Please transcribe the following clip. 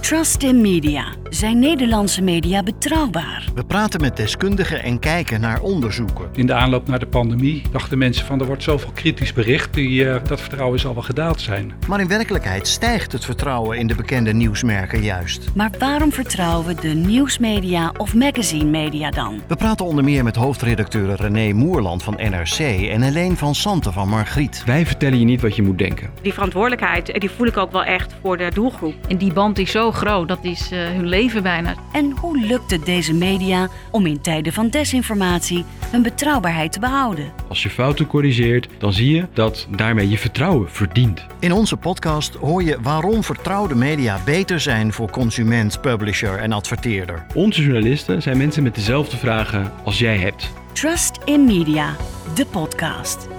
Trust in media. Zijn Nederlandse media betrouwbaar? We praten met deskundigen en kijken naar onderzoeken. In de aanloop naar de pandemie dachten mensen van er wordt zoveel kritisch bericht, die, eh, dat vertrouwen zal wel gedaald zijn. Maar in werkelijkheid stijgt het vertrouwen in de bekende nieuwsmerken juist. Maar waarom vertrouwen we de nieuwsmedia of magazine media dan? We praten onder meer met hoofdredacteuren René Moerland van NRC en Helene van Santen van Margriet. Wij vertellen je niet wat je moet denken. die verantwoordelijkheid, eh, die voel ik ook wel echt voor de doelgroep. En die band is zo groot, dat is eh, hun leven bijna. En hoe lukt het deze media om in tijden van desinformatie hun betrouwbaarheid te behouden? Als je fouten corrigeert, dan zie je dat daarmee je vertrouwen verdient. In onze podcast hoor je waarom vertrouwde media beter zijn voor consument, publisher en adverteerder. Onze journalisten zijn mensen met dezelfde vragen als jij hebt. Trust in media, de podcast.